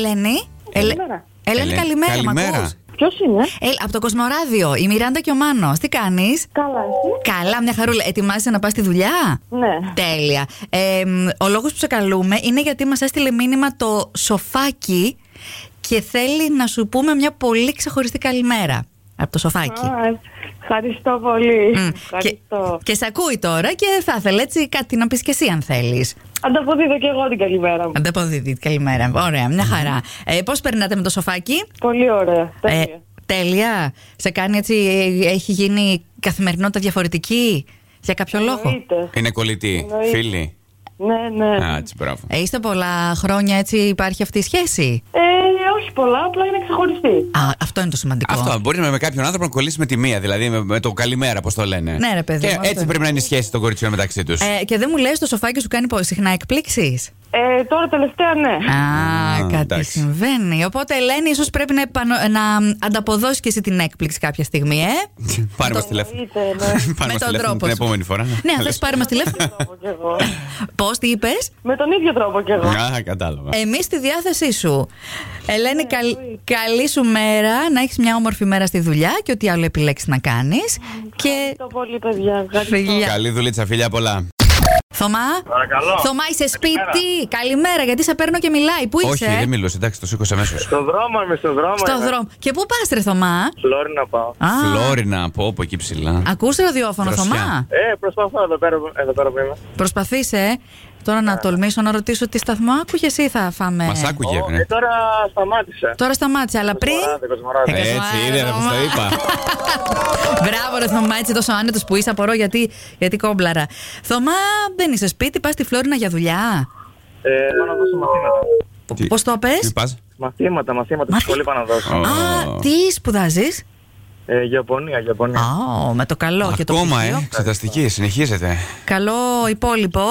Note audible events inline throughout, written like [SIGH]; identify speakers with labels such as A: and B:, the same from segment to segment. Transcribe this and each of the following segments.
A: Ελένη. Ελε-
B: Καλημέρα.
A: Ελένη, καλημέρα. μ'
C: Καλημέρα.
A: ακούς?
B: Ποιος είναι?
A: Ε, από το Κοσμοράδιο, η Μιράντα και ο Μάνος. Τι κάνεις?
B: Καλά, εσύ.
A: Καλά, μια χαρούλα. Ετοιμάσαι να πας στη δουλειά?
B: Ναι.
A: Τέλεια. Ε, μ, ο λόγος που σε καλούμε είναι γιατί μας έστειλε μήνυμα το σοφάκι και θέλει να σου πούμε μια πολύ ξεχωριστή καλημέρα από το σοφάκι.
B: Α, ευχαριστώ πολύ.
A: Μμ. Και,
B: Ευχαριστώ.
A: και σε ακούει τώρα και θα ήθελε έτσι κάτι να πεις και εσύ αν θέλεις.
B: Ανταποδίδω και εγώ την καλημέρα μου.
A: Ανταποδίδει, καλημέρα. Ωραία, μια χαρά. Ε, Πώς περνάτε με το σοφάκι,
B: Πολύ ωραία. Τέλεια.
A: Ε, τέλεια. Σε κάνει έτσι, ε, έχει γίνει η καθημερινότητα διαφορετική για κάποιο λόγο.
B: Εννοείται.
C: Είναι κολλητή,
B: Εννοείται.
C: φίλη.
B: Ναι, ναι.
C: Α, έτσι, μπράβο.
A: Ε, είστε πολλά χρόνια έτσι, υπάρχει αυτή η σχέση.
B: Ε, όχι πολλά, απλά είναι ξεχωριστή.
A: Α, αυτό είναι το σημαντικό.
C: Αυτό μπορεί με με κάποιον άνθρωπο να κολλήσει με τη μία, δηλαδή με, με το καλημέρα, πώς το λένε.
A: Ναι, ρε, παιδί
C: Και
A: μου,
C: έτσι
A: αυτό.
C: πρέπει να είναι η σχέση των κοριτσιών μεταξύ τους.
A: Ε, και δεν μου λες το σοφάκι σου κάνει πο- συχνά εκπλήξεις
B: Ε, τώρα τελευταία, ναι.
A: Α, κάτι
C: εντάξει.
A: συμβαίνει. Οπότε, Ελένη, ίσως πρέπει να, επανο- να ανταποδώσεις και εσύ την έκπληξη κάποια στιγμή, ε.
C: Πάρε μας τηλέφωνο. [LAUGHS]
B: Εννοείται,
A: [LAUGHS]
B: ναι.
C: Πάρε μας τηλέφωνο την
A: σου.
C: επόμενη φορά.
A: Ναι, αν θες πάρε μας
C: [LAUGHS]
A: τηλέφωνο.
B: Τρόπο κι εγώ.
A: Πώς, τι είπες?
B: Με τον ίδιο τρόπο κι εγώ.
C: Α, κατάλαβα.
A: Εμείς στη διάθεσή σου. Ελένη, καλ- καλή σου μέρα. Να έχεις μια όμορφη μέρα στη δουλειά και ό,τι άλλο επιλέξεις να κάνεις. Και.
B: Ευχαριστώ πολύ, παιδιά. Ευχαριστώ.
A: Φιλιά.
C: Καλή δουλίτσα, φίλια πολλά.
A: Θωμά.
D: Παρακαλώ.
A: Θωμά, είσαι σπίτι. Καλημέρα, γιατί σε παίρνω και μιλάει. Πού
C: Όχι,
A: είσαι, ε?
C: δεν μιλούσε, εντάξει, το σήκωσε αμέσως.
D: Στον δρόμο είμαι, στον δρόμο.
A: Στο
D: είμαι.
A: δρόμο. Και πού πας ρε, Θωμά.
D: Φλόρι να πάω.
A: Α,
C: Φλόρινα, από όπου εκεί ψηλά.
A: Ακούς ραδιόφωνο,
C: Δροσιά.
A: Θωμά.
D: Ε, προσπαθώ εδώ πέρα, εδώ πέρα που είμαι.
A: Προσπαθείς, ε. Τώρα να τολμήσω να ρωτήσω τι σταθμό άκουγες ή θα φάμε.
C: Μας άκουγε,
D: Ω,
C: ναι.
A: Ε.
D: και Ε, τώρα σταμάτησα.
A: Τώρα σταμάτησε, αλλά πριν.
D: Κοσμοράδε, κοσμοράδε.
A: Ε,
C: Έτσι,
A: Κοσμοράδιο,
C: είδε, θα
A: Θωμά.
C: το είπα.
A: Μπράβο, ρε Θωμά, έτσι τόσο άνετος που είσαι, απορώ γιατί, γιατί κόμπλαρα. Θωμά, δεν είσαι σπίτι, πας στη Φλόρινα για δουλειά.
D: Ε, πάω να δώσω μαθήματα.
C: Τι-
A: Πώς το πε,
C: Τι πας?
D: Μαθήματα, μαθήματα.
A: Μαθή-
D: Στη σχολή πάω να δώσω.
C: Ω.
A: Α, τι σπουδάζεις.
D: Ε, Ιαπωνία, Ιαπωνία.
A: Α, με το καλό και το
C: Ακόμα,
A: πτυχίο.
C: ε, εξεταστική, συνεχίζεται.
A: Καλό υπόλοιπο.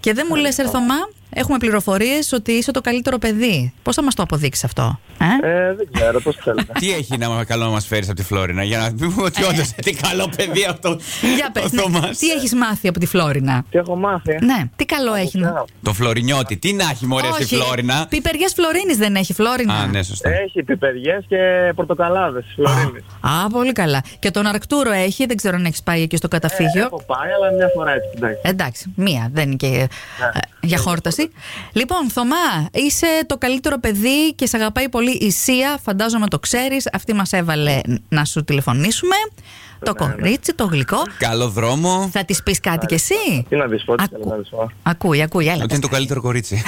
A: Και δεν μου λες, ρε Θωμά, έχουμε πληροφορίες ότι είσαι το καλύτερο παιδί. Πώς θα μας το αποδείξεις αυτό, ε?
D: Ε, δεν ξέρω, πώς
A: [LAUGHS]
D: θέλετε.
C: Τι έχει να μα- καλό να μας φέρεις από τη Φλόρινα, για να πούμε ότι όντως. Τι καλό παιδί αυτό.
A: Ε. Για
C: ο
A: πες, ναι.
C: Θωμάς.
A: τι έχεις μάθει από τη Φλόρινα.
D: Τι έχω μάθει. Ε,
A: Ναι, τι καλό έχει να.
D: Ποια?
C: Το Φλωρινιώτη, τι να έχει μωρέ στη Φλόρινα.
A: πιπεριές Φλωρίνης δεν έχει, Φλόρινα.
C: Α, ναι, σωστά.
D: Έχει πιπεριές και πορτοκαλάδες, φλωρίνες.
A: Α, πολύ καλά. Και τον Αρκτούρο έχει, δεν ξέρω αν έχεις πάει εκεί στο καταφύγιο.
D: Ε, Έχω Ναι. πάει, αλλά μια φορά έτσι, εντάξει.
A: Εντάξει, μία, δεν είναι και ε, για χόρταση. Λοιπόν, Θωμά, είσαι το καλύτερο παιδί και σε αγαπάει πολύ η Σία. Φαντάζομαι το ξέρεις. Αυτή μας έβαλε να σου τηλεφωνήσουμε. Το
D: Ναι,
A: κορίτσι, το γλυκό.
C: Καλό δρόμο.
A: Θα της πεις κάτι κι εσύ.
D: Τι να δεις πω, τι
A: Ακού.
D: θέλω να δεις πω.
A: Ακούει, ακούει, έλα.
C: Ότι
A: πες.
C: είναι το καλύτερο κορίτσι.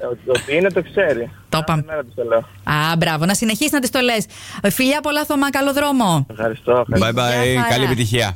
D: Ε, Ότι ότι είναι το ξέρει.
A: Το είπαμε.
D: Μέρα της το λέω.
A: [LAUGHS] Α, μπράβο, να συνεχίσεις να της το λες. Φιλιά πολλά, Θωμά, καλό δρόμο.
D: Ευχαριστώ, ευχαριστώ.
C: Bye bye,
A: χαρά.
C: καλή επιτυχία.